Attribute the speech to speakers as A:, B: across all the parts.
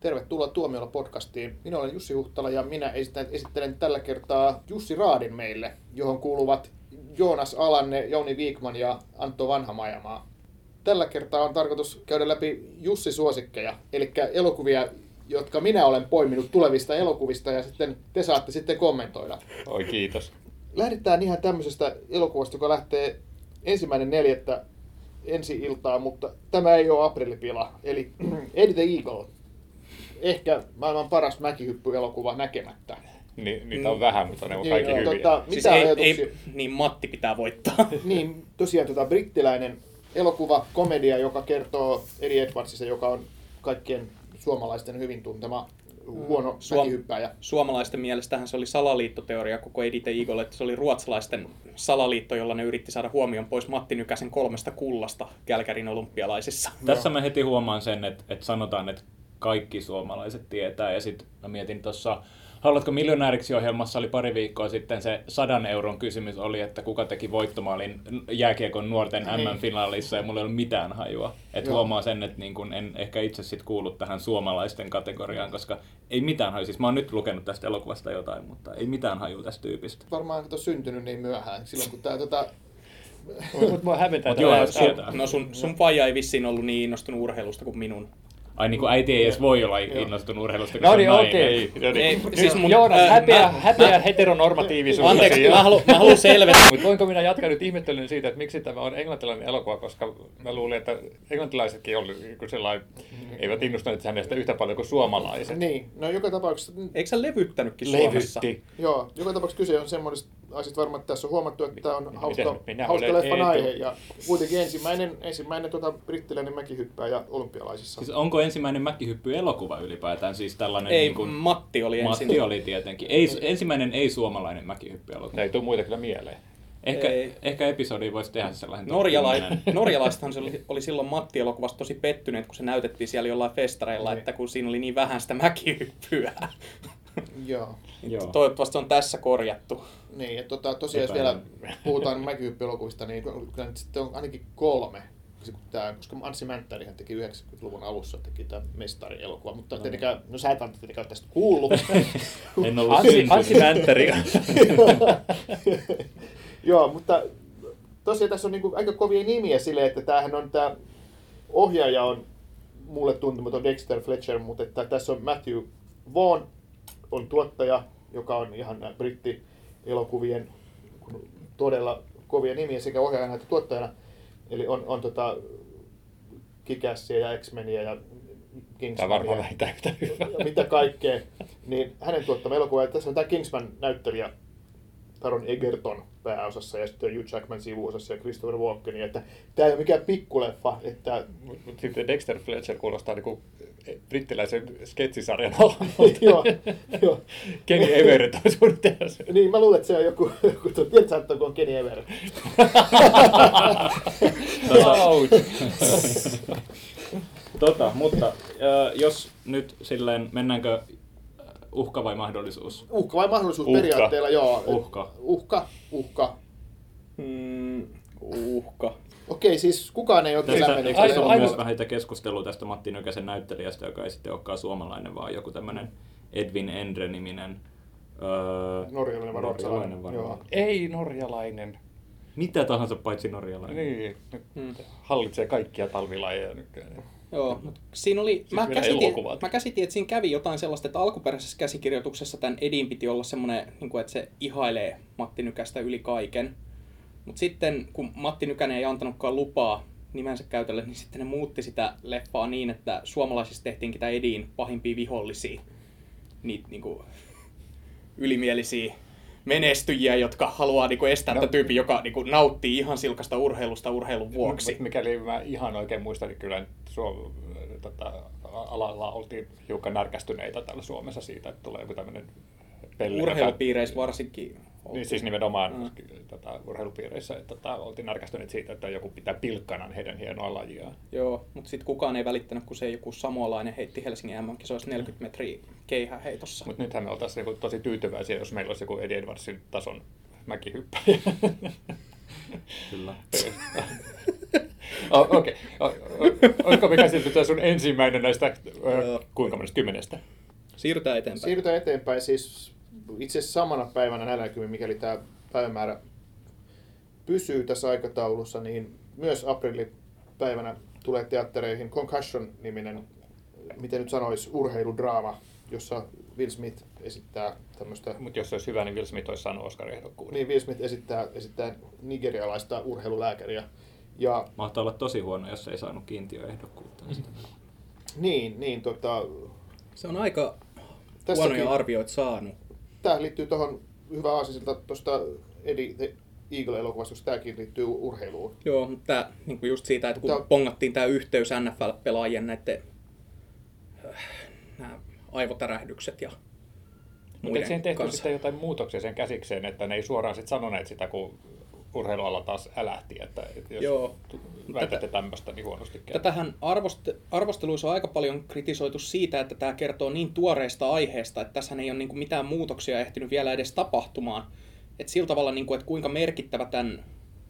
A: Tervetuloa Tuomiolla podcastiin. Minä olen Jussi Huhtala ja minä esittelen, esittelen tällä kertaa Jussi Raadin meille, johon kuuluvat Joonas Alanne, Jouni Viikman ja Antto Vanhamajamaa. Tällä kertaa on tarkoitus käydä läpi Jussi suosikkeja, eli elokuvia, jotka minä olen poiminut tulevista elokuvista ja sitten te saatte sitten kommentoida.
B: Oi kiitos.
A: Lähdetään ihan tämmöisestä elokuvasta, joka lähtee ensimmäinen neljättä ensi iltaa, mutta tämä ei ole aprillipila. Eli Eddie the Eagle. Ehkä maailman paras mäkihyppy-elokuva näkemättä.
B: Ni, niitä on vähän, mutta ne on
A: Niin,
B: kaikki
A: joo,
B: hyviä.
A: tota-
C: Siis
A: Mitä
C: ei,
A: ajatuksia?
C: ei, niin Matti pitää voittaa.
A: Niin, tosiaan tota brittiläinen elokuva, komedia, joka kertoo Eddie Edwardsista, joka on kaikkien suomalaisten hyvin tuntema huono
C: Suom-
A: mäkihyppääjä.
C: Suomalaisten mielestähän se oli salaliittoteoria koko Edite Eagle, että se oli ruotsalaisten salaliitto, jolla ne yritti saada huomion pois Matti Nykäsen kolmesta kullasta Kälkärin olympialaisissa.
D: Tässä mä heti huomaan sen, että, että sanotaan, että kaikki suomalaiset tietää. Ja sitten mä mietin tuossa Haluatko miljonääriksi ohjelmassa oli pari viikkoa sitten se sadan euron kysymys oli, että kuka teki voittomaalin jääkiekon nuorten MM-finaalissa ja mulla ei ollut mitään hajua. Et
A: Niin. Joo.
D: huomaa sen, että niin kun en ehkä itse sit kuulu tähän suomalaisten kategoriaan, koska ei mitään hajua. Siis mä oon nyt lukenut tästä elokuvasta jotain, mutta ei mitään hajua tästä tyypistä.
A: Varmaan että on syntynyt niin myöhään, silloin kun tämä tota,
E: Mutta mua hävetää
D: Mut
E: tällä
D: joo,
E: hetkellä.
D: sieltä.
C: No sun, sun vaija ei vissiin ollut niin innostunut urheilusta kuin minun.
D: Ai niin kuin äiti ei edes voi olla innostunut urheilusta, kun
E: No
D: se on
E: niin,
D: nainen.
E: okei.
B: Ei, no niin.
C: Ei, siis mun,
E: Joonas,
C: ää,
E: häpeä,
C: mä-
E: häpeä heteronormatiivisuus.
C: Anteeksi, mä, halu, mä haluan selvetä.
E: Mutta voinko minä jatkaa nyt ihmettelyn siitä, että miksi tämä on englantilainen elokuva, koska mä luulin, että englantilaisetkin oli, niinku sellainen, eivät innostuneet hänestä yhtä paljon kuin suomalaiset.
A: Mm. niin, no joka tapauksessa
C: Eikö sä levyttänytkin Suomessa?
E: Levytti.
A: Joo, joka tapauksessa kyse on semmoisesta asiasta varmaan, että tässä on huomattu, että tämä on hauska,
E: nyt minä
A: hauska
E: olen
A: leffan
E: Eetu?
A: aihe. Ja kuitenkin ensimmäinen, ensimmäinen tota, brittiläinen mäkihyppääjä olympialaisissa.
D: Siis onko ensimmäinen mäkihyppy-elokuva ylipäätään siis tällainen...
C: Ei,
D: niin kuin,
C: Matti oli ensin.
D: Matti oli tietenkin. Ei, ensimmäinen ei-suomalainen mäkihyppy-elokuva.
E: Ei tule muita kyllä mieleen.
D: Ehkä,
C: Ei.
D: ehkä episodi voisi tehdä sellainen. top
C: Norjala-
D: 10.
C: Norjalaisethan se oli, oli silloin Matti-elokuvassa tosi pettyneet, kun se näytettiin siellä jollain festareilla,
A: Niin.
C: että kun siinä oli niin vähän sitä mäkihyppyä.
A: Joo.
D: Joo.
C: Toivottavasti se on tässä korjattu.
A: Niin, että tota, tosiaan jos vielä
D: Epäilen.
A: puhutaan mäkihyppielokuvista, niin kyllä nyt sitten on ainakin kolme. Tää, koska Anssi Mänttärihän teki 90-luvun alussa teki tämän mestarielokuvan, mutta no. tietenkään, no sä et Antti tietenkään ole tästä kuullut.
D: niin. En ollut
E: Ansi,
D: syntynyt.
E: Ansi Mänttäri.
A: Joo, mutta tosiaan tässä on niinku aika kovia nimiä sille, että tämähän on tämä ohjaaja on mulle tuntematon Dexter Fletcher, mutta että tässä on Matthew Vaughn, on tuottaja, joka on ihan nää britti-elokuvien todella kovia nimiä sekä ohjaajana että tuottajana. Eli on, on tota Kikässiä ja X-Meniä ja
E: Tämä
A: Kingsmania
E: varmaan vähintään yhtä hyvä.
A: Niin. ja mitä kaikkea. Niin hänen tuottama elokuva, ja tässä on tämä Kingsman-näyttelijä Taron Egerton pääosassa ja sitten Hugh Jackman sivuosassa ja Christopher Walken. Ja että tämä ei ole mikään pikkuleffa, että
E: Mut- mut sitten Dexter Fletcher kuulostaa niinku brittiläisen sketsisarjan olevalta.
A: joo, joo.
E: Kenny Everett on suunnitelma.
A: Niin, mä luulen, että se on joku, joku tuo, tiedätkö, että on Kenny Everett.
D: tota, mutta äh, jos nyt silleen, mennäänkö uhka vai mahdollisuus?
A: Uhka vai mahdollisuus
E: Uhka.
A: periaatteella, joo.
D: Uhka.
A: Uhka, uhka.
C: Mm, uhka.
A: Okei, siis kukaan ei ole
D: Tästä,
A: mennyt
D: eikö tässä
A: tälle
D: ollut
E: aivan-
D: myös vähän sitä keskustelua tästä Matti Nykäsen näyttelijästä, joka ei sitten olekaan suomalainen, vaan joku tämmöinen Edwin Endre-niminen... Öö,
A: Norjalainen varmaan
D: norjalainen varmaan.
A: Joo.
E: Ei norjalainen.
D: Mitä tahansa paitsi norjalainen.
E: Niin,
C: Mm.
E: hallitsee kaikkia talvilajeja nykyään.
C: Joo, mut siinä oli, mä
E: vielä
C: käsitin,
E: Siis elokuvat.
C: mä käsitin, että siinä kävi jotain sellaista, että alkuperäisessä käsikirjoituksessa tämän Edin piti olla semmoinen, niin kuin, että se ihailee Matti Nykästä yli kaiken. Mutta sitten, kun Matti Nykänen ei antanutkaan lupaa nimensä käytölle, niin sitten ne muutti sitä leffaa niin, että suomalaisista tehtiinkin tämä Edin pahimpia vihollisia. Niitä niin kuin, ylimielisiä menestyjiä, jotka haluaa niin kuin, estää
E: No.
C: no. tämän tyypin, joka niin kuin, nauttii ihan silkasta urheilusta urheilun vuoksi.
E: Mut mikäli mä ihan oikein muistan, niin kyllä nyt Suom- tota, alalla oltiin hiukan närkästyneitä täällä Suomessa siitä, että tulee joku tämmöinen pelle.
C: Urheilupiireissä varsinkin.
E: Niin siis nimenomaan mm. tota, urheilupiireissä että tota, oltiin närkästyneet siitä, että joku pitää pilkkana heidän hienoa lajiaan.
C: Joo, mutta sitten kukaan ei välittänyt, kun se joku samualainen heitti Helsingin MM-kisoissa 40
E: Mm.
C: metriä keihäheitossa.
E: Mutta nythän me oltaisiin niinku tosi tyytyväisiä, jos meillä olisi joku Eddie Edwardsin tason mäkihyppäjä.
D: Kyllä.
E: O- Okei. O- o- Oliko me käsitelty tämä sun ensimmäinen näistä, ö, kuinka monesta kymmenestä?
C: Siirrytään eteenpäin.
A: Siirrytään eteenpäin siis itse asiassa samana päivänä 40, mikäli tämä päivämäärä pysyy tässä aikataulussa, niin myös aprillipäivänä tulee teattereihin Concussion-niminen, miten nyt sanoisi, urheiludraama, jossa Will Smith esittää tämmöistä
E: Mutta jos se olisi hyvä, niin Will Smith olisi saanut Oscar-ehdokkuuden.
A: niin Will Smith esittää, esittää nigerialaista urheilulääkäriä. Ja
D: Mahtaa olla tosi huono, jos ei saanut kiintiöehdokkuutta.
A: niin, niin tota,
C: Se on aika
A: Tässäkin-
C: huonoja arvioita saanut.
A: tämä liittyy tuohon hyvä aasisilta tuosta Eddie the Eagle-elokuvasta, koska tämäkin liittyy urheiluun.
C: Joo, mutta tää, niinku just siitä, että kun
A: Tää-
C: pongattiin tämä yhteys NFL-pelaajien näiden nämä äh, aivotärähdykset ja
E: Mutta
C: muiden
E: siihen tehty
C: kanssa.
E: sitten jotain muutoksia sen käsikseen, että ne ei suoraan sit sanoneet sitä, kun urheilualla taas älähti, että että jos
C: Joo.
E: Joo. väitätte tämmöistä, niin huonosti käy.
C: Tätähän arvost- arvosteluissa on aika paljon kritisoitu siitä, että tämä kertoo niin tuoreesta aiheesta, että tässä ei ole niinku mitään muutoksia ehtinyt vielä edes tapahtumaan. Et sillä tavalla, niinku, että kuinka merkittävä tämän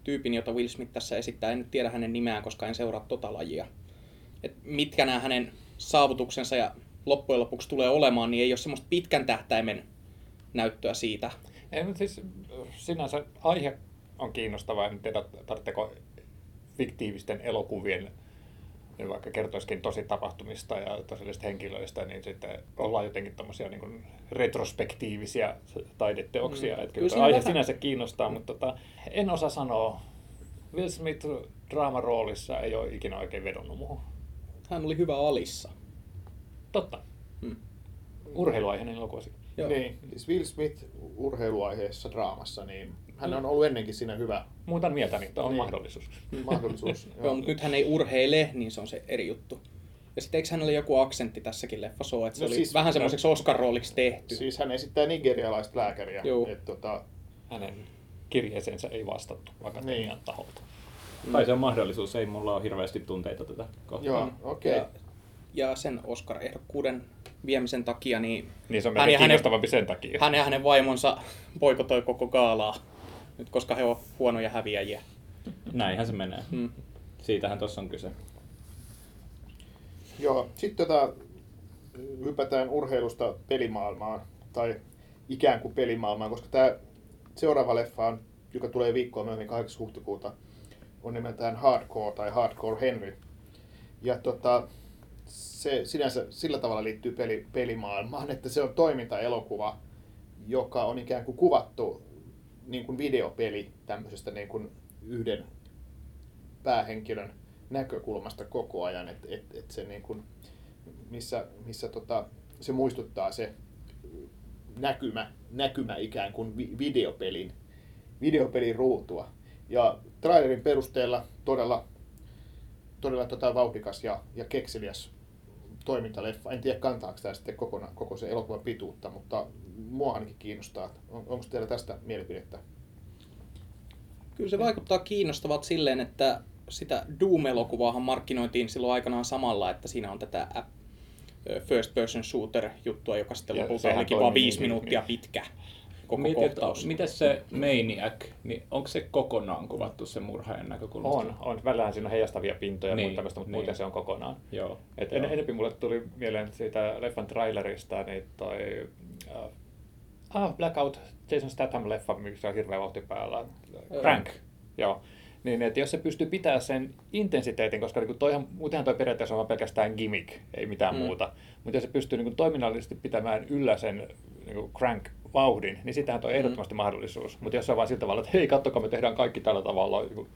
C: tyypin, jota Will Smith tässä esittää, en nyt tiedä hänen nimeään, koska en seuraa tota lajia. Et mitkä nämä hänen saavutuksensa ja loppujen lopuksi tulee olemaan, niin ei ole semmoista pitkän tähtäimen näyttöä siitä.
E: Ei, mutta siis sinänsä aihe on kiinnostava. En tiedä, tarvitseeko fiktiivisten elokuvien, niin vaikka kertoisikin tosi tapahtumista ja todellisista henkilöistä, niin sitten ollaan jotenkin tämmöisiä niin kuin retrospektiivisia taideteoksia. Mm. Että
C: Kyllä
E: kyllä
C: siinä
E: tämä aihe
C: vähän-
E: sinänsä kiinnostaa, mutta tota, en osaa sanoa. Will Smith draamaroolissa ei ole ikinä oikein vedonnut muuhun.
C: Hän oli hyvä alissa.
E: Totta.
C: Mm.
E: Urheiluaiheinen elokuvasi.
C: Joo.
A: Niin, siis Will Smith urheiluaiheessa draamassa, niin
C: Mm.
A: hän on ollut ennenkin siinä hyvä
E: Muutan mieltäni, niin on
A: Niin.
E: mahdollisuus.
C: Mm.
A: mahdollisuus.
C: Joo, mutta nyt hän ei urheile, niin se on se eri juttu. Ja sitten eikö hänellä oli joku aksentti tässäkin leffassa ole, että se
A: No
C: oli
A: siis-
C: vähän semmoiseksi Oscar-rooliksi tehty. Siis...
A: Siis hän esittää nigerialaista lääkäriä.
C: Joo.
A: Et, tota,
E: hänen kirjeeseensä ei vastattu akatemian niin. taholta.
C: Mm.
D: Tai se on mahdollisuus, ei mulla ole hirveästi tunteita tätä kohtaa.
A: joo, okei.
C: Ja, ja sen Oscar-ehdokkuuden viemisen takia, niin,
E: Niin se on
C: hän, ja
E: meidän
C: hänen,
E: kiinnostavampi sen takia.
C: hän ja hänen vaimonsa boikotoi koko gaalaa, nyt koska he ovat huonoja häviäjiä.
D: Näinhän se menee.
C: Mm.
D: Siitähän tuossa on kyse.
A: Joo. Sitten tota, hypätään urheilusta pelimaailmaan, tai ikään kuin pelimaailmaan, koska tämä seuraava leffa, on, joka tulee viikkoa myöhemmin 8. huhtikuuta, on nimeltään Hardcore tai Hardcore Henry. Ja tota, se sinänsä sillä tavalla liittyy peli, pelimaailmaan, että se on toimintaelokuva, joka on ikään kuin kuvattu niin kuin videopeli tämmöisestä niin kuin yhden päähenkilön näkökulmasta koko ajan, että et, et se niin kuin, missä, missä tota, se muistuttaa se näkymä, näkymä ikään kuin vi- videopelin, videopelin ruutua. Ja trailerin perusteella todella, todella tota vauhdikas ja, ja kekseliäs toimintaleffa. En tiedä kantaako tämä sitten kokonaan, koko se elokuvan pituutta, mutta mua ainakin kiinnostaa. että On, onko teillä tästä mielipidettä?
C: Kyllä se vaikuttaa kiinnostavat silleen, että sitä Doom-elokuvaahan markkinoitiin silloin aikanaan samalla, että siinä on tätä app- first person shooter juttua, joka sitten
E: Ja
C: lopulta
E: sehän
C: olikin
E: toimii
C: vaan viisi
E: niin-
C: minuuttia
E: niin.
C: pitkä koko
D: Miten,
C: kohtaus.
D: miten se Maniac, niin onko se kokonaan kuvattu se murhaajan näkökulmasta?
E: On, on. Välillähän siinä on heijastavia pintoja niin,
D: Niin,
E: ja muuta tämmöistä, mutta
D: niin.
E: niin. muuten se on kokonaan.
D: Joo.
E: Et
D: joo.
E: en, enempi mulle tuli mieleen siitä leffan trailerista, niin toi äh, ah, Blackout, Jason Statham-leffa, missä on hirveä vauhti päällä. Crank. Joo. Niin, että jos se pystyy pitämään sen intensiteetin, koska niin toihan, muutenhan toi periaatteessa on vaan pelkästään gimmick, ei mitään
C: Mm.
E: mm. muuta. Mutta jos se pystyy niin kuin, toiminnallisesti pitämään yllä sen niin kuin crank-vauhdin, niin sitähän toi on ehdottomasti mahdollisuus. Mutta jos se on vaan sillä tavalla, että hei, katsokaa, me tehdään kaikki tällä tavalla niin kuin,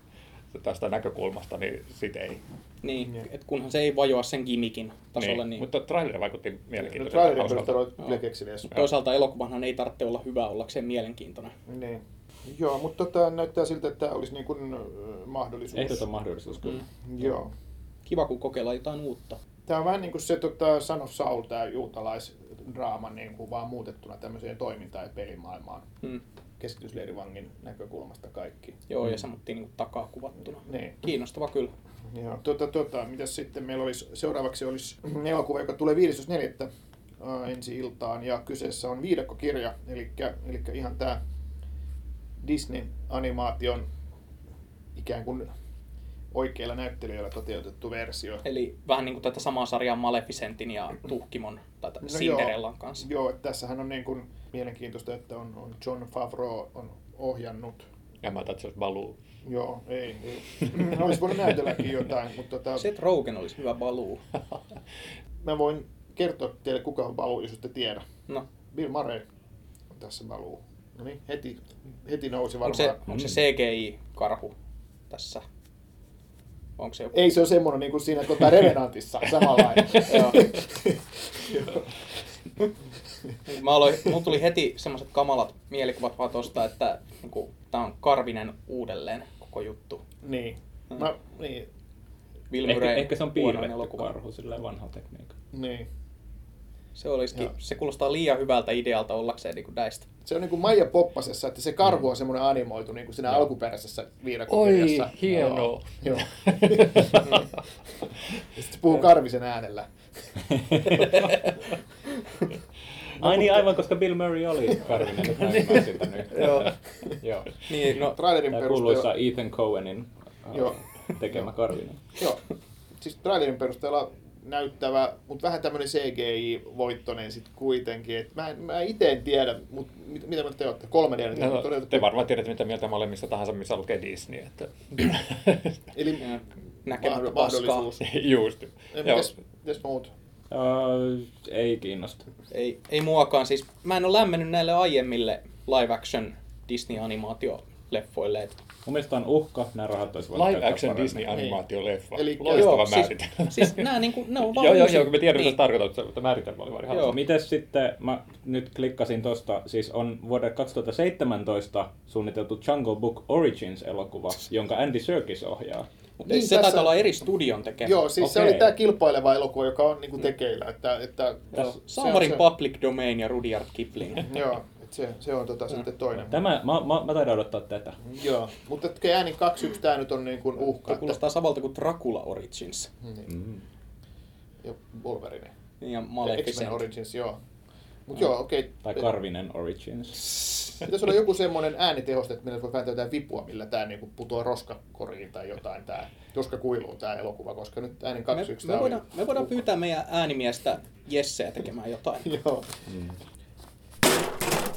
E: tästä näkökulmasta, niin sit ei.
C: Niin,
A: Joo.
C: et kunhan se ei vajoa sen gimmikin tasolle, niin. niin. Mutta...
E: Mutta traileri vaikutti
A: No,
E: mielenkiintoiselta.
A: trailerin
E: hauskalta.
A: perusteella on kyllä
C: Joo.
A: kekseliäs.
C: Toisaalta elokuvahan ei tarvitse olla hyvä ollakseen mielenkiintoinen.
A: Niin. Joo, mutta tota, näyttää siltä, että tämä olisi niin kuin, äh, mahdollisuus.
D: Ehdoton mahdollisuus kyllä.
C: Mm.
A: Joo.
C: Kiva, kun kokeillaan jotain uutta.
A: Tämä on vähän niin kuin se tota, Son of Saul, tämä juutalaisdraama, niin kuin vaan muutettuna tämmöiseen toiminta- ja pelimaailmaan.
C: Mm.
A: Keskitysleirivangin näkökulmasta kaikki.
C: Joo, ja semmoittiin niin takaa kuvattuna.
A: Niin.
C: Kiinnostava kyllä.
A: Joo. Tota, tota, mitäs sitten meillä olisi, seuraavaksi olisi elokuva, joka tulee 15.4. ää, ensi iltaan, ja kyseessä on viidakkokirja, eli, eli ihan tämä Disney-animaation ikään kuin oikeilla näyttelijöillä toteutettu versio.
C: Eli vähän niin kuin tätä samaa sarjaa Maleficentin ja Tuhkimon tai no Cinderellan
A: joo,
C: kanssa.
A: Joo, että tässähän on niin kuin mielenkiintoista, että on, on John Favreau on ohjannut.
E: Ja mä ajattelin, että se olisi baluu.
A: Joo, ei. ei. Olisi voinut näytelläkin jotain, mutta tota,
C: Seth Rogen olisi hyvä baluu.
A: mä voin kertoa teille, kuka on Baloo, jos ette tiedä.
C: No,
A: Bill Murray on tässä Baloo. No niin, heti, heti nousi
C: onko
A: varmaan.
C: se, onko se CGI-karhu tässä? Onko se joku?
A: Ei se ole semmoinen niin kuin siinä tota Revenantissa samanlainen.
C: Joo. Mä aloin, mulla tuli heti semmoiset kamalat mielikuvat vaan tosta, että niin tämä on karvinen uudelleen koko juttu.
A: niin.
C: Mm.
A: Mä, niin,
C: Bill
D: Ehkä,
C: Murray,
D: ehkä se on
C: huonoin
D: piirretty Mm.
C: elokuva.
D: karhu sillä vanhalla tekniikalla.
A: niin.
C: Se, olisikin,
A: Joo.
C: se kuulostaa liian hyvältä idealta ollakseen niin näistä.
A: Se on niin kuin Maija Poppasessa, että se karhu
C: Mm.
A: on semmoinen animoitu niin kuin siinä alkuperäisessä viidakokirjassa.
E: Oi, hienoa.
A: Joo. Joo.
C: Mm.
A: Sitten se puhuu karvisen äänellä.
D: Ai niin, aivan, koska Bill Murray oli karvinen, nyt mä ymmärsin sitä nyt.
C: Joo.
D: Joo.
C: Niin, no,
A: Trailerin
D: Tämä kuuluisa
A: perusteella,
D: Ethan Cohenin äh,
A: Joo.
D: tekemä karvinen.
A: joo. Siis trailerin perusteella näyttävä, mutta vähän tämmöinen CGI-voittonen sitten kuitenkin. Et mä, en- mä itse en tiedä, mutta mit, mitä mä te olette? 3D.
E: No,
A: No,
E: te varmaan tiedätte, mitä mieltä mä olen mistä tahansa, missä lukee Disney. Että...
A: Eli
C: ja näkemättä
A: mahdoll-
C: paskaa.
A: mahdollisuus.
E: Just. Joo.
A: Mites, mites muut?
D: Äh, ei kiinnosta.
C: Ei, ei muakaan. Siis mä en ole lämmennyt näille aiemmille live action Disney-animaatioleffoille. Et,
D: Mun mielestä on uhka, nämä rahat olisi voinut
E: Live
D: käyttää
E: action
D: paremmin.
E: Disney-animaatioleffa.
A: Eli-
E: Loistava
C: siis,
E: määritelmä.
C: siis nää niinku, ne on vaan
E: Joo, joo,
C: uusi-
E: joo, kun me tiedämme,
C: niin.
E: mitä tarkoitat, mutta määritelmä oli vaan ihan
C: Joo.
E: sama.
D: Mites sitten, mä nyt klikkasin tosta, siis on vuoden 2017 suunniteltu Jungle Book Origins-elokuva, jonka Andy Serkis ohjaa.
C: Mutta niin,
A: Niin,
C: se
A: tässä-
C: tässä... taitaa olla eri studion tekemä.
A: Joo, siis okay. se
D: Okei.
A: oli tämä kilpaileva elokuva, joka on niinku tekeillä. Että, että
C: Joo.
A: se on
C: Samarin
A: se-
C: Public Domain ja Rudyard Kipling.
A: Joo, et se, se on tota
E: Mm.
A: sitten toinen.
D: Tämä, mä, mä, mä taidan odottaa tätä.
A: Joo, mutta et ääni 2-1 tämä nyt on niinku uhka.
C: Se
A: Että,
C: kuulostaa samalta kuin Dracula Origins
A: niin,
D: Mm.
A: ja Wolverine.
C: ja
A: Ja X-Men
C: Maleficent.
A: Origins, joo. Mut joo, okei.
D: Tai Karvinen Origins.
A: Pitäisi olla joku semmoinen äänitehoste, että millä voi vääntää jotain vipua, millä tämä niinku putoaa roskakoriin tai jotain, tämä roskakuiluun tämä elokuva, koska nyt äänin 2-1
C: Me,
A: tää
C: me,
A: oli-
C: voidaan, me voidaan pyytää meidän äänimiestä Jesseä tekemään jotain.
A: Joo.
C: Mm.
D: Mm.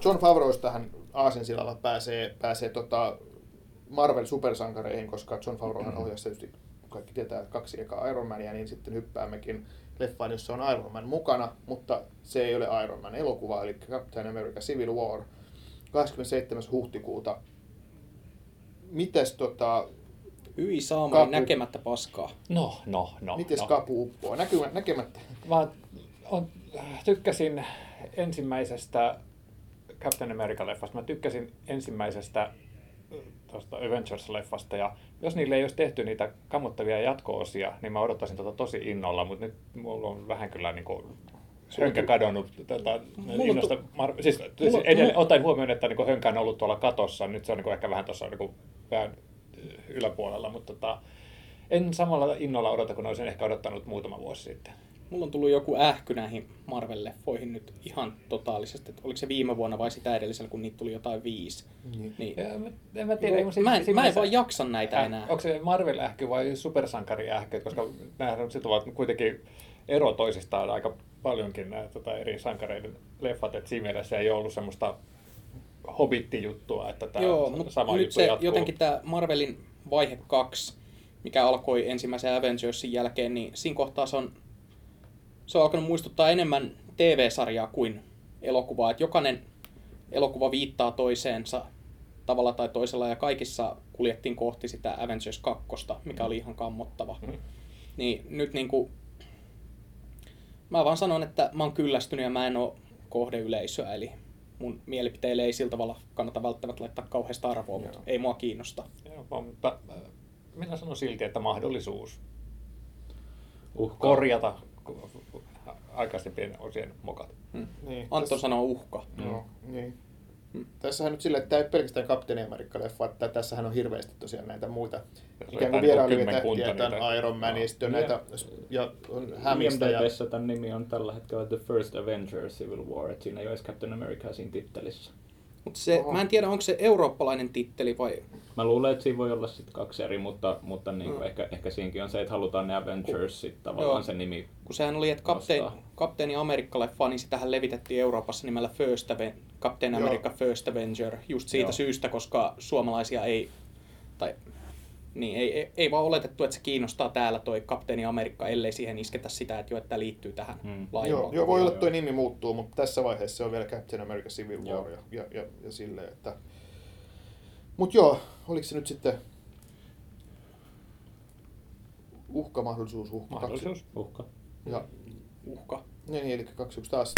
A: John Favroistahan Aasinsilalla pääsee, pääsee tota Marvel-supersankareihin, koska John Favrohan ohjasi tietysti, kaikki tietää, kaksi ekaa Iron Mania, niin sitten hyppäämmekin leffaan, jossa on Iron Man mukana, mutta se ei ole Iron Man elokuva, eli Captain America Civil War, 27. huhtikuuta. Mites, tota,
C: Hyi saamari
A: Kapu.
C: näkemättä paskaa.
E: No, no, no.
A: mites
E: no.
A: kapu uppoaa? Näkymä, näkemättä.
E: Mä on, tykkäsin ensimmäisestä Captain America-leffasta. Mä tykkäsin ensimmäisestä äh, tuosta Avengers-leffasta. Ja jos niille ei olisi tehty niitä kammottavia jatko-osia, niin mä odottaisin tota tosi innolla. Mutta nyt mulla on vähän kyllä niin kuin hönkä kadonnut tätä
C: Mulla
E: innosta. Mar- siis, siis
C: mulla-
E: edelleen,
C: mulla-
E: ottaen huomioon, että niin hönkä on ollut tuolla katossa. Nyt se on niin ehkä vähän tuossa niin pään äh, yläpuolella. Mutta tota, en samalla innolla odota, kun olisin ehkä odottanut muutama vuosi sitten.
C: Mulla on tullut joku ähky näihin Marvel-leffoihin nyt ihan totaalisesti. Että oliko se viime vuonna vai sitä edellisellä, kun niitä tuli jotain viisi. Niin.
E: Ja mä- En mä tiedä.
C: Joo,
E: si-
C: Niin, mä, en, mä en
E: sinänsä-
C: vaan jaksa näitä
E: Äh,
C: enää.
E: Onko se Marvel-ähky vai supersankari-ähky? Koska nämähän sit ovat kuitenkin ero toisistaan aika paljonkin nämä tota, eri sankareiden leffat. Et siinä mielessä ei ole ollut semmoista hobittijuttua, että tämä
C: Joo, mutta
E: sama
C: nyt
E: juttu
C: se
E: jatkuu.
C: jotenkin tämä Marvelin vaihe 2, mikä alkoi ensimmäisen Avengersin jälkeen, niin siinä kohtaa se on, se on alkanut muistuttaa enemmän TV-sarjaa kuin elokuvaa. Et jokainen elokuva viittaa toiseensa tavalla tai toisella ja kaikissa kuljettiin kohti sitä Avengers 2, mikä oli ihan kammottava.
E: Mm.
C: Niin nyt niin kuin, mä vaan sanon, että mä oon kyllästynyt ja mä en oo kohdeyleisöä, eli mun mielipiteille ei sillä tavalla kannata välttämättä laittaa kauheasta arvoa, mutta
E: Joo.
C: ei mua kiinnosta.
E: Joo, mutta äh, minä sanon silti, että mahdollisuus
D: Uhka.
E: korjata ku- aikaisempien osien mokat.
A: Niin,
C: Hmm. Anton
A: tässä-
C: sanoo uhka. Hmm.
A: Joo, niin. Tässähän nyt sille, että tämä ei ole pelkästään Kapteeni Amerikka-leffa, että tässähän on hirveästi tosiaan näitä muita ikään kuin
E: jotain
A: vierailevia
E: kymmenkunta
A: tähtiä, tämän
E: niitä.
A: Iron Man, ja sitten on
D: Joo.
A: näitä, ja on hämistä, ja
D: IMDb:ssä tämän nimi on tällä hetkellä The First Avenger Civil War, että siinä ei ole edes Captain America siinä tittelissä.
C: Mutta se,
A: Oho.
C: mä en tiedä, onko se eurooppalainen titteli vai
D: Mä luulen, että siinä voi olla sit kaksi eri, mutta, mutta niin kuin ehkä, ehkä siinäkin on se, että halutaan ne Avengers sit tavallaan
C: Mm. Joo.
D: se nimi.
C: Kun sehän oli, että kapteeni,
D: Vastaan.
C: kapteeni Amerikka-leffaa, niin sitähän levitettiin Euroopassa nimellä First Aven, Kapteeni
A: Joo.
C: Amerikka First Avenger, just siitä
D: Joo.
C: Joo. syystä, koska suomalaisia ei, tai niin, ei, ei, ei vaan oletettu, että se kiinnostaa täällä toi Kapteeni Amerikka, ellei siihen isketä sitä, että jo, että tämä liittyy tähän
D: Mm.
C: mm.
A: Joo,
C: laivaan.
A: joo, voi
D: Joo,
A: olla, että tuo
D: joo.
A: nimi muuttuu, mutta tässä vaiheessa se on vielä Captain America Civil War
D: Joo.
A: ja, ja, ja, ja silleen, että... Mut joo, oliko se nyt sitten uhka, mahdollisuus, uhka,
E: Mahdollisuus.
D: Uhka.
A: Kaksi, ja,
C: Uhka.
A: niin, eli kaksi yksi taas.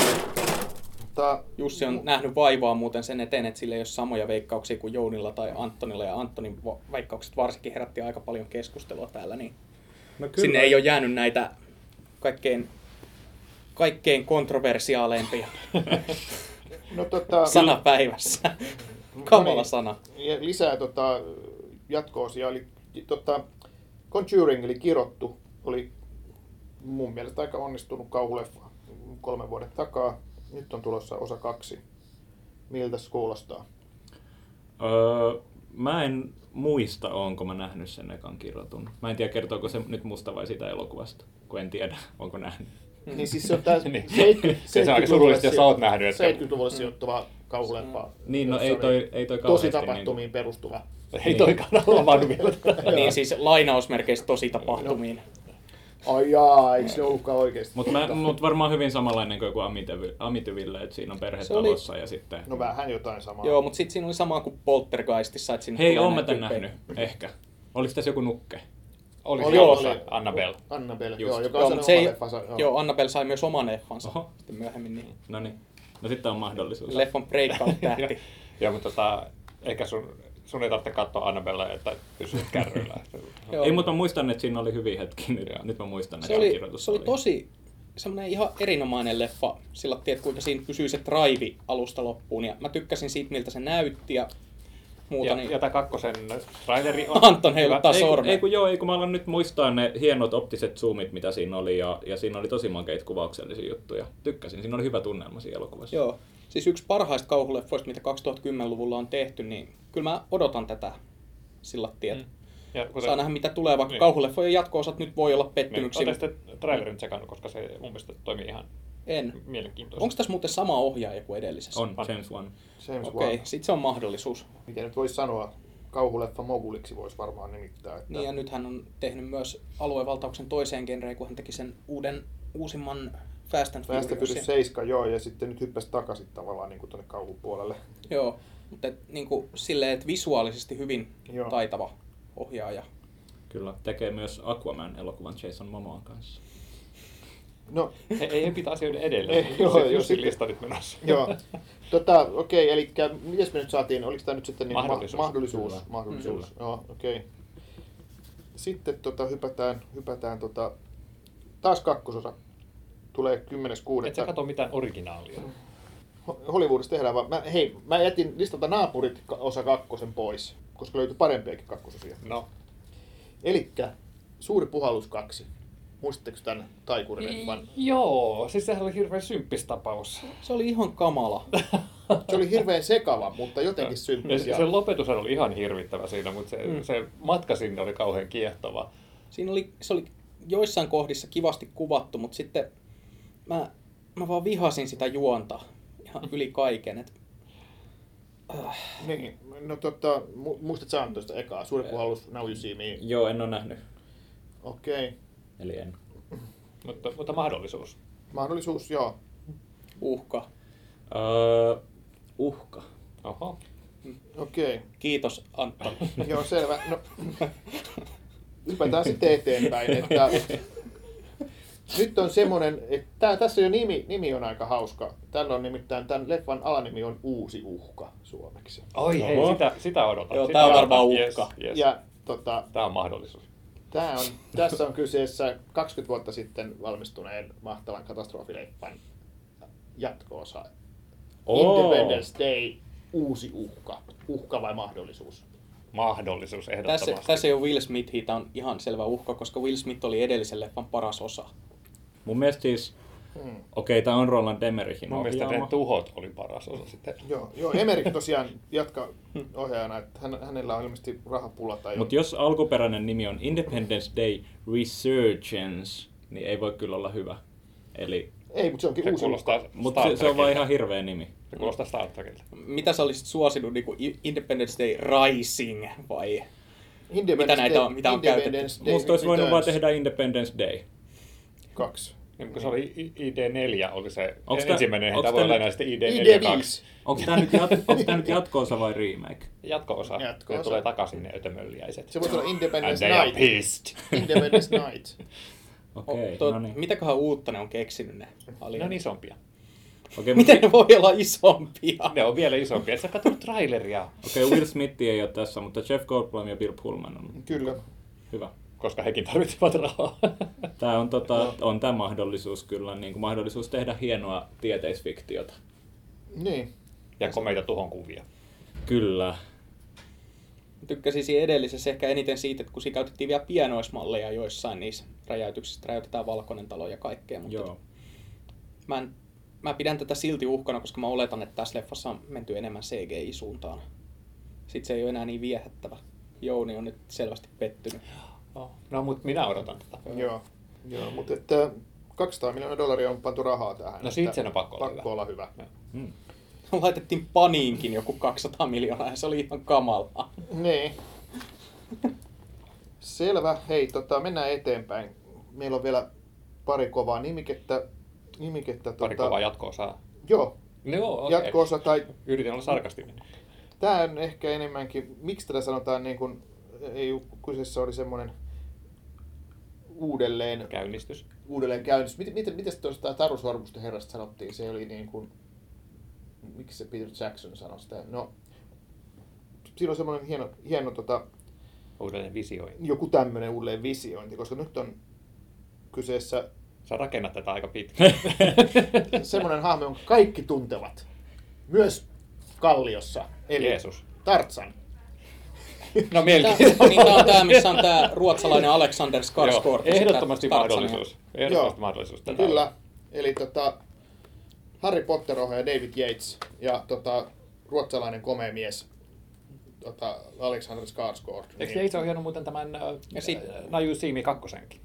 A: Tää,
C: Jussi on nähnyt vaivaa muuten sen eteen, että sillä ei ole samoja veikkauksia kuin Jounilla tai Antonilla, ja Antonin va- veikkaukset varsinkin herätti aika paljon keskustelua täällä, niin
D: No
C: Kyllä. Sinne ei ole jäänyt näitä kaikkein, kaikkein kontroversiaaleimpia
A: no, tota,
C: sanapäivässä. Kamala
A: No niin.
C: sana.
A: Ja lisää tota, jatko-osia oli tota, Conjuring eli Kirottu oli mun mielestä aika onnistunut kauhuleffa kolmen vuoden takaa. Nyt on tulossa osa kaksi. Miltä se kuulostaa?
D: Öö, mä en muista, onko mä nähnyt sen ekan kirotun. Mä en tiedä, kertooko se nyt musta vai sitä elokuvasta, kun en tiedä, onko nähnyt.
A: Niin siis se on tää
E: Niin.
A: 70
E: Se on aika
A: 70-luvulle
E: surullista, jos
A: sijo-
E: sä oot nähnyt, että- Hmm.
A: 70-luvulle sijoittuva kauhuleffa.
D: Niin, no
A: jossa
D: ei
A: oli
D: toi- ei toi
A: Tosi
D: kauheasti
A: tapahtumiin
D: niinku-
A: perustuva.
E: Ei toikaan ole avannut vielä.
C: Niin siis lainausmerkeissä tosi tapahtumiin.
A: No. Ai jaa, eikö se ollutkaan oikeesti?
D: Mutta Niin. mut varmaan hyvin samanlainen kuin joku Amityville- Amityville, että siinä on
C: Se oli-
D: perhetalossa ja sitten...
A: No vähän jotain samaa.
C: Joo, mutta sitten siinä oli sama kuin Poltergeistissa, että sinne
D: Hei,
C: tulee
D: oon mä
C: näitä
D: tän
C: tyyppejä.
D: nähnyt, ehkä. Olis tässä joku nukke?
E: Oli,
A: Oli,
E: oli, oli,
A: oli.
E: Annabelle.
A: Annabelle,
D: Just.
A: joo, joka
C: Joo,
A: on sanonut
C: mutta se
A: oman
C: ei,
A: leffansa.
C: joo. Annabelle sai myös oman leffansa
D: Oho.
C: sitten myöhemmin. Niin.
D: No niin. No sitten on mahdollisuus.
C: Leffan breakout-tähti.
E: Joo, mutta tota, ehkä sun, sun ei tarvitse katsoa Annabelle, että pysyt kärryillä.
C: Joo.
D: Ei, mutta mä muistan, että siinä oli hyviä hetki. Nyt,
E: Joo.
D: nyt mä muistan, että
C: se oli,
D: kirjoitus
C: se oli tosi semmoinen ihan erinomainen leffa. Sillä tiedät, kuinka siinä pysyy se drive alusta loppuun. Ja mä tykkäsin siitä, miltä se näytti ja muuta.
E: ja,
C: niin...
E: ja tämä kakkosen traileri on...
C: Anton
E: hyvä.
C: heiluttaa
D: ei, kun,
C: sormen.
D: ei kun joo, ei kun mä alan nyt muistaa ne hienot optiset zoomit, mitä siinä oli, ja, ja siinä oli tosi makeita kuvauksellisia juttuja. Tykkäsin, siinä oli hyvä tunnelma siinä elokuvassa.
C: Joo. Siis yksi parhaista kauhuleffoista, mitä 2010-luvulla on tehty, niin kyllä mä odotan tätä sillä tiet. Mm.
E: Ja kuten,
C: Saa nähdä, mitä tulee, vaikka
E: Niin.
C: niin. kauhuleffojen jatko-osat nyt voi olla
E: niin,
C: pettymyksiä.
E: Olen
C: Niin.
E: sitten trailerin tsekannut, koska se mun mielestä toimii ihan
C: En.
E: mielenkiintoista.
C: Onko tässä muuten sama ohjaaja kuin edellisessä?
D: On, James Wan.
A: James
C: Okei,
A: Wan.
C: okay. sit se on mahdollisuus.
A: Miten nyt voisi sanoa, kauhuleffa moguliksi voisi varmaan nimittää. Että
C: Niin ja nyt hän on tehnyt myös aluevaltauksen toiseen genreen, kun hän teki sen uuden, uusimman Fast and
A: Päästä pysy
C: Furiousin.
A: seiska, joo, ja sitten nyt hyppäsi takaisin tavallaan niin kuin tuonne kauhupuolelle.
C: Joo, mutta et, niin kuin, silleen, että visuaalisesti hyvin
A: Joo.
C: Joo. taitava ohjaaja.
D: Kyllä, tekee myös Aquaman-elokuvan Jason Momoan kanssa.
A: No,
E: Ei, ei pitä asioiden edelleen.
A: Ei,
E: Ei,
A: joo,
E: joo,
A: joo,
E: Jussin
A: sitten-
E: lista nyt menossa.
A: joo. Tota, okei, eli mitäs me nyt saatiin? Oliko tämä nyt sitten niin kuin
E: Mahdollisuus.
A: Ma- mahdollisuus?
D: Kyllä.
A: mahdollisuus.
D: Mm.
A: Joo, okei. Sitten tota, hypätään, hypätään tota, taas kakkososa. Tulee 10.6.
E: Et sä katso mitään originaalia.
A: Ho- Hollywoodissa tehdään vaan. Mä, hei, mä jätin listalta naapurit ka- osa kakkosen pois, koska löytyi parempiakin kakkososia.
E: No,
A: Elikkä Suuri puhallus 2. Muistatteko tämän taikurinen? Vaan
E: Joo, siis sehän oli hirveän symppis tapaus.
C: Se oli ihan kamala.
A: se oli hirveän sekava, mutta jotenkin
E: Ja
A: sympis.
E: se, se lopetus oli ihan hirvittävä siinä, mutta se, mm. se matka sinne oli kauhean kiehtova.
C: Siinä oli, se oli joissain kohdissa kivasti kuvattu, mutta sitten mä, mä vaan vihasin sitä juonta ihan yli kaiken. Et,
A: Niin, no tota, mu- muistat sä Antoista ekaa, Suuri puhallus, Now You See Me.
D: Joo, en ole nähnyt.
A: Okei, okay.
D: Eli en.
E: Mutta, mutta mahdollisuus.
A: mahdollisuus joo.
C: uhka.
D: Öö, uhka.
E: Oho.
A: Okei, okay.
C: Kiitos Anton.
A: joo selvä. No, hypätään sitten eteenpäin, että nyt on semmonen, että tää, tässä jo nimi, nimi on aika hauska. Tällä on nimittäin, tämän leffan alanimi on Uusi uhka suomeksi.
E: Oi
D: Oho.
E: hei, sitä, sitä odotan.
C: Joo,
E: sitä
C: tää on
E: odotan.
C: varmaan
E: Yes,
C: uhka.
E: yes.
A: Ja tota,
E: Tämä on mahdollisuus.
A: Tää on, tässä on kyseessä 20 vuotta sitten valmistuneen mahtavan katastrofileffan jatko-osa.
D: Oo.
A: Independence Day, uusi uhka. Uhka vai mahdollisuus?
E: Mahdollisuus ehdottomasti.
C: tässä, tässä ei ole Will Smithia, tämä on ihan selvä uhka, koska Will Smith oli edellisen leffan paras osa.
D: Mun mielestä siis Okei, tämä on Roland Emmerichim
E: Hmm. Mun mielestä ne
D: ohjaama.
E: tuhot oli paras osa sitä.
A: Joo, joo Emerik tosiaan jatkaa ohjaajana, että hän, hänellä on ilmeisesti rahapula tai
D: Mutta jos alkuperäinen nimi on Independence Day Resurgence, niin ei voi kyllä olla hyvä. Eli,
A: Ei, mutta se onkin
E: Se
A: uusi
E: kuulostaa
D: mutta se, se on vaan ihan hirveä nimi.
E: Se kuulostaa Star Trekiltä.
C: Mitä sä olisit suosinut, niin kuin I- Independence Day Rising vai?
A: Independence
C: Mitä näitä
A: Day-
C: on- mitä on
A: Independence
C: käytetty?
A: Day
D: Musta olisi voinut vaan
A: Returns
D: tehdä Independence Day.
A: Kaksi.
E: Niin, kun se oli I- I- ID4, oli se
D: Onks tää- onks
E: ensimmäinen, heitä
D: tää
E: voi
D: nyt-
E: aina sitten
A: ID5.
E: ID4
D: Onko tämä nyt, jat- onks tää nyt jatkoosa vai remake?
E: jatko-osa.
A: Jatko-osa.
E: Ne tulee takaisin ne ötömölliäiset.
A: Se voi olla
E: And
A: Independence
E: they are
A: Night.
E: pissed.
A: Independence Night.
D: Okei,
C: O- tuo-
D: no niin. No
C: Mitäköhän uutta ne on keksinyt ne
E: Ne
C: alienit?
E: on isompia.
D: Okei, mut-
C: Miten ne voi olla isompia?
E: Ne on vielä isompia. Et sä katsonut traileria,
D: okei, Will Smith ei ole tässä, mutta Jeff Goldblum ja Bill Pullman on
A: Kyllä.
D: hyvä.
E: koska hekin tarvitsevat rahaa.
D: Tämä on, tota,
C: No.
D: on tämä mahdollisuus kyllä, niin kuin mahdollisuus tehdä hienoa tieteisfiktiota.
A: Niin.
E: ja komeita tuhonkuvia.
D: Kyllä.
C: Tykkäsin siinä edellisessä ehkä eniten siitä, että kun siinä käytettiin vielä pienoismalleja joissain niissä räjäytyksissä, räjäytetään valkoinen talo ja kaikkea, mutta
D: Joo.
C: mä, en, mä pidän tätä silti uhkana, koska mä oletan, että tässä leffassa on menty enemmän CGI-suuntaan. Sitten se ei ole enää niin viehättävä. Jouni on nyt selvästi pettynyt.
A: Oh.
E: No, mutta minä odotan tätä.
A: Joo. Joo, mutta että 200 miljoonaa dollaria on pantu rahaa tähän.
E: No siitä
A: että
E: sen on pakko olla
A: pakko olla hyvä.
D: Mm.
C: Laitettiin paniinkin joku 200 miljoonaa ja se oli ihan kamalaa.
A: Niin. Selvä. Hei, tota, mennään eteenpäin. Meillä on vielä pari kovaa nimikettä. nimikettä
E: Pari kovaa jatko-osaa.
A: Joo,
E: No,
A: okay.
E: okei.
A: Tota- jatko-osa tai
E: Yritin olla sarkastinen.
A: Tämä on ehkä enemmänkin, miksi tätä sanotaan niin kuin, ei ole- kyseessä oli semmoinen uudelleen,
E: Käynnistys.
A: uudelleen käynnistys. Miten, miten, miten tuosta Taru Sormusten herrasta sanottiin? Se oli niin kuin, miksi se Peter Jackson sanoi sitä? No, sillä on semmoinen hieno, hieno tota,
E: Uudelleen visioin.
A: joku tämmöinen uudelleen visiointi, koska nyt on kyseessä
E: Sä rakennat tätä aika pitkään.
A: semmoinen hahmo, jonka kaikki tuntevat. Myös Kalliossa. Eli
E: Jeesus.
A: Tartsan.
E: No
C: Tää,
E: melkein.
C: niin tää on tää, missä on tää ruotsalainen Alexander
E: Joo,
C: Skarsgård.
E: ehdottomasti
C: Tarzania.
E: mahdollisuus.
A: Joo.
E: Ehdottomasti mahdollisuus. Tätä
A: Kyllä. Eli tota, Harry Potter ohjaaja David Yates ja tota, ruotsalainen komea mies tota, Alexander Skarsgård.
E: Eikö niin. Yates ohjannut muuten tämän äh,
C: Ja sit-
E: äh, Now You See Me kakkosenkin?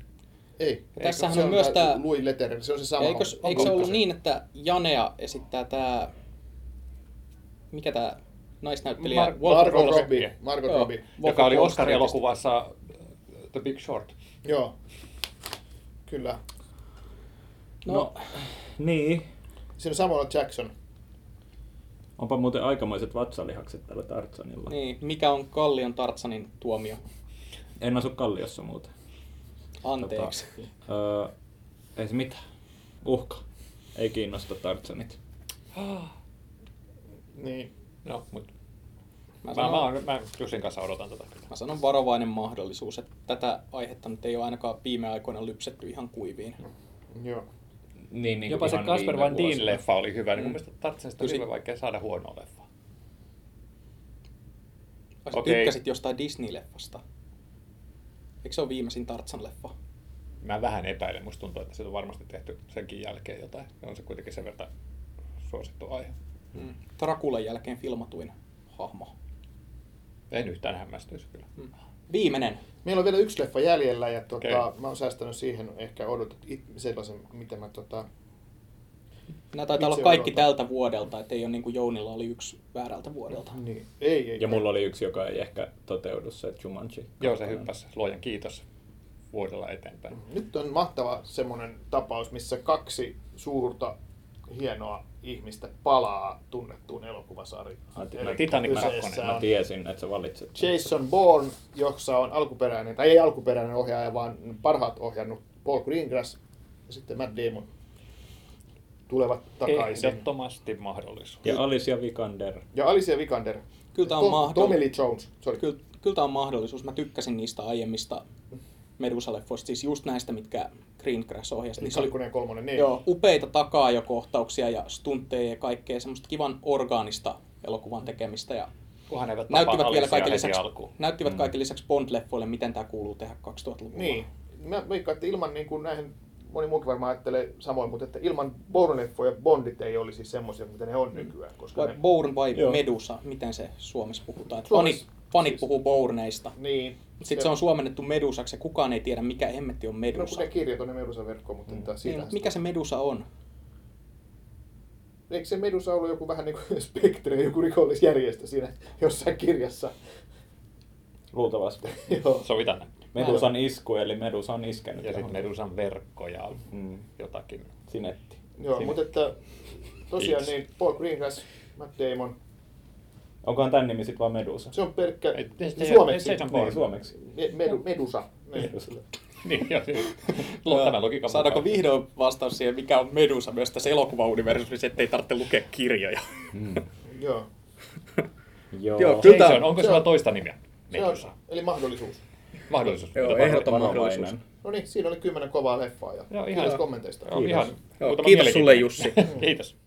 A: Ei.
C: Tässähän
A: Se
C: on myös
A: tää
C: tää-
A: Louis Leterrier, se on se sama.
C: Eikö,
A: on-
C: eikö se
A: on
C: ollut
A: kakkosen.
C: niin, että Janea esittää tää... Mikä tää naisnäyttelijä?
E: Mar-
A: Margot
C: Walter
E: Margot
A: Robbie.
C: Robbie.
E: Robbie.
A: Margot
C: Joo.
A: Robbie.
C: Wolf
E: joka
C: of
E: oli
C: Wall
E: Oscar-elokuvassa äh, The Big Short.
A: Joo. Kyllä.
C: No,
D: No. Niin.
A: Siinä on Samuel Jackson.
D: Onpa muuten aikamoiset vatsalihakset tällä Tartsanilla.
C: niin, mikä on Kallion Tartsanin tuomio?
D: En asu Kalliossa muuten.
C: Anteeksi.
E: Tota, niin.
D: Öö, ei se mitään. Uhka. Ei kiinnosta Tartsanit.
A: Niin.
E: No, mut
C: Mä
E: mä, mä,
C: sanon,
E: oon- mä Jussin kanssa odotan tätä kyllä. Niin
C: mä sanon varovainen mahdollisuus, että tätä aihetta nyt ei ole ainakaan viime aikoina lypsetty ihan kuiviin.
A: Joo.
D: Niin, niin
E: Jopa se Casper Van Dien leffa oli hyvä, niin mun
C: Mm.
E: mielestä Tartsanista on
C: Kyllä se-
E: hyvin vaikea saada huonoa leffaa.
C: Ai sä
E: Okei.
C: tykkäsit jostain Disney-leffasta. Eikö se ole viimeisin Tartsan-leffa?
E: Mä vähän epäilen, musta tuntuu, että se on varmasti tehty senkin jälkeen jotain. On se kuitenkin sen verran suosittu aihe.
C: Mm. Trakulan jälkeen filmatuin hahmo.
E: En yhtään hämmästyisi kyllä.
C: Mm. Viimeinen.
A: Meillä on vielä yksi leffa jäljellä ja tota,
E: Okei.
A: mä oon säästänyt siihen ehkä odotat it- sellaisen, mitä mä tota,
C: Nämä taitaa olla
A: Itse
C: kaikki
A: odotan.
C: tältä vuodelta, ettei ole niin kuin Jounilla oli yksi väärältä vuodelta.
A: niin. Ei, ei.
D: Ja mulla oli yksi, joka ei ehkä toteudu, se Jumanji.
E: Joo, se hyppäsi. Luojan kiitos vuodella eteenpäin.
A: Nyt on mahtava semmoinen tapaus, missä kaksi suurta hienoa ihmistä palaa tunnettuun elokuvasarjaan.
D: Ah, ti-
A: Eli
E: Titanic
A: kyseessä
E: kakkonen.
A: on
D: Mä tiesin, että sä valitset.
A: Jason Bourne, jossa on alkuperäinen, tai ei alkuperäinen ohjaaja, vaan parhaat ohjannut Paul Greengrass ja sitten Matt Damon tulevat takaisin.
E: Ehdottomasti mahdollisuus.
D: Ja Alicia Vikander.
A: Ja Alicia Vikander.
C: Kyllä tää on
A: Tom-
C: mahdoll-
A: Tommy Lee Jones. Sorry.
C: Kyllä, kyllä tämä on mahdollisuus. Mä tykkäsin niistä aiemmista Medusa-leffoista, siis just näistä, mitkä Greengrass ohjasi.
A: Niin
C: Niissä oli
A: kakkonen ja kolmonen. Niin.
C: joo, upeita takaa jo kohtauksia ja stuntteja ja kaikkea semmoista kivan orgaanista elokuvan tekemistä. Ja
E: Kunhan eivät
C: näyttivät
E: tapaa
C: vielä
E: Alicia
C: kaiken
E: heti
C: lisäksi,
E: alkuun. Mm.
C: näyttivät kaiken lisäksi Bond-leffoille, miten tämä kuuluu tehdä 2000-luvulla.
A: Niin. Mä veikkaan, että ilman niin kuin näihin moni muukin varmaan ajattelee samoin, mutta että ilman Bourne-leffoja Bondit ei olisi semmoisia, mitä ne on nykyään. Koska
C: Mm. Vai
A: ne,
C: Bourne vai
D: Joo.
C: Medusa, miten se Suomessa puhutaan? Et
A: Suomessa-
C: Fanit, fanit
A: siis-
C: puhuu Bourneista.
A: niin.
C: Sitten se on suomennettu Medusaksi ja kukaan ei tiedä, mikä hemmetti on
A: No
C: Medusa.
A: kun ne kirjat on ne Medusan verkkoon, mutta mm.
C: Niin,
A: siitä
C: mutta mikä se Medusa on?
A: Eikö se Medusa ollut joku vähän niin kuin Spectre, joku rikollisjärjestö siinä jossain kirjassa?
D: Luultavasti.
A: Joo.
E: Sovitaan näin.
D: Medusan isku, eli Medusa on iskenyt.
E: Ja sitten
D: johonkin.
E: Medusan verkko ja
D: Mm.
E: jotakin.
D: Sinetti.
A: Joo,
D: Siinä.
A: mutta että tosiaan
E: Kiitos.
A: niin Paul Greengrass, Matt Damon,
D: Onkohan tämän nimi sitten vaan Medusa?
A: se on pelkkä
E: Ei, ei se-
A: suomeksi
E: ei se-
D: Niin, suomeksi.
A: me- medu, Medusa. Niin.
D: Medusa.
E: Niin, joo, siis. Lo- Tämän logiikan
C: Saadaanko
E: mukaan.
C: vihdoin vastaus siihen, mikä on Medusa myös tässä elokuvauniversumissa, ettei tarvitse lukea kirjoja?
A: Joo.
D: Mm. Joo.
C: Joo,
D: Joo
C: kyllä.
E: Jason,
C: Tää-
E: onko
A: se
E: sulla
A: on-
E: toista nimeä?
A: Se on,
E: Medusa.
A: eli mahdollisuus.
E: Mahdollisuus.
C: Joo,
E: Otetaan
C: ehdottoman
E: varovainen.
C: mahdollisuus.
A: No niin, siinä oli kymmenen kovaa leffaa ja
E: Joo, ihan-
A: kiitos kommenteista.
E: Joo, ihan
C: Joo, kiitos
E: muutama mielenkiintoinen.
C: sulle, Jussi.
E: kiitos.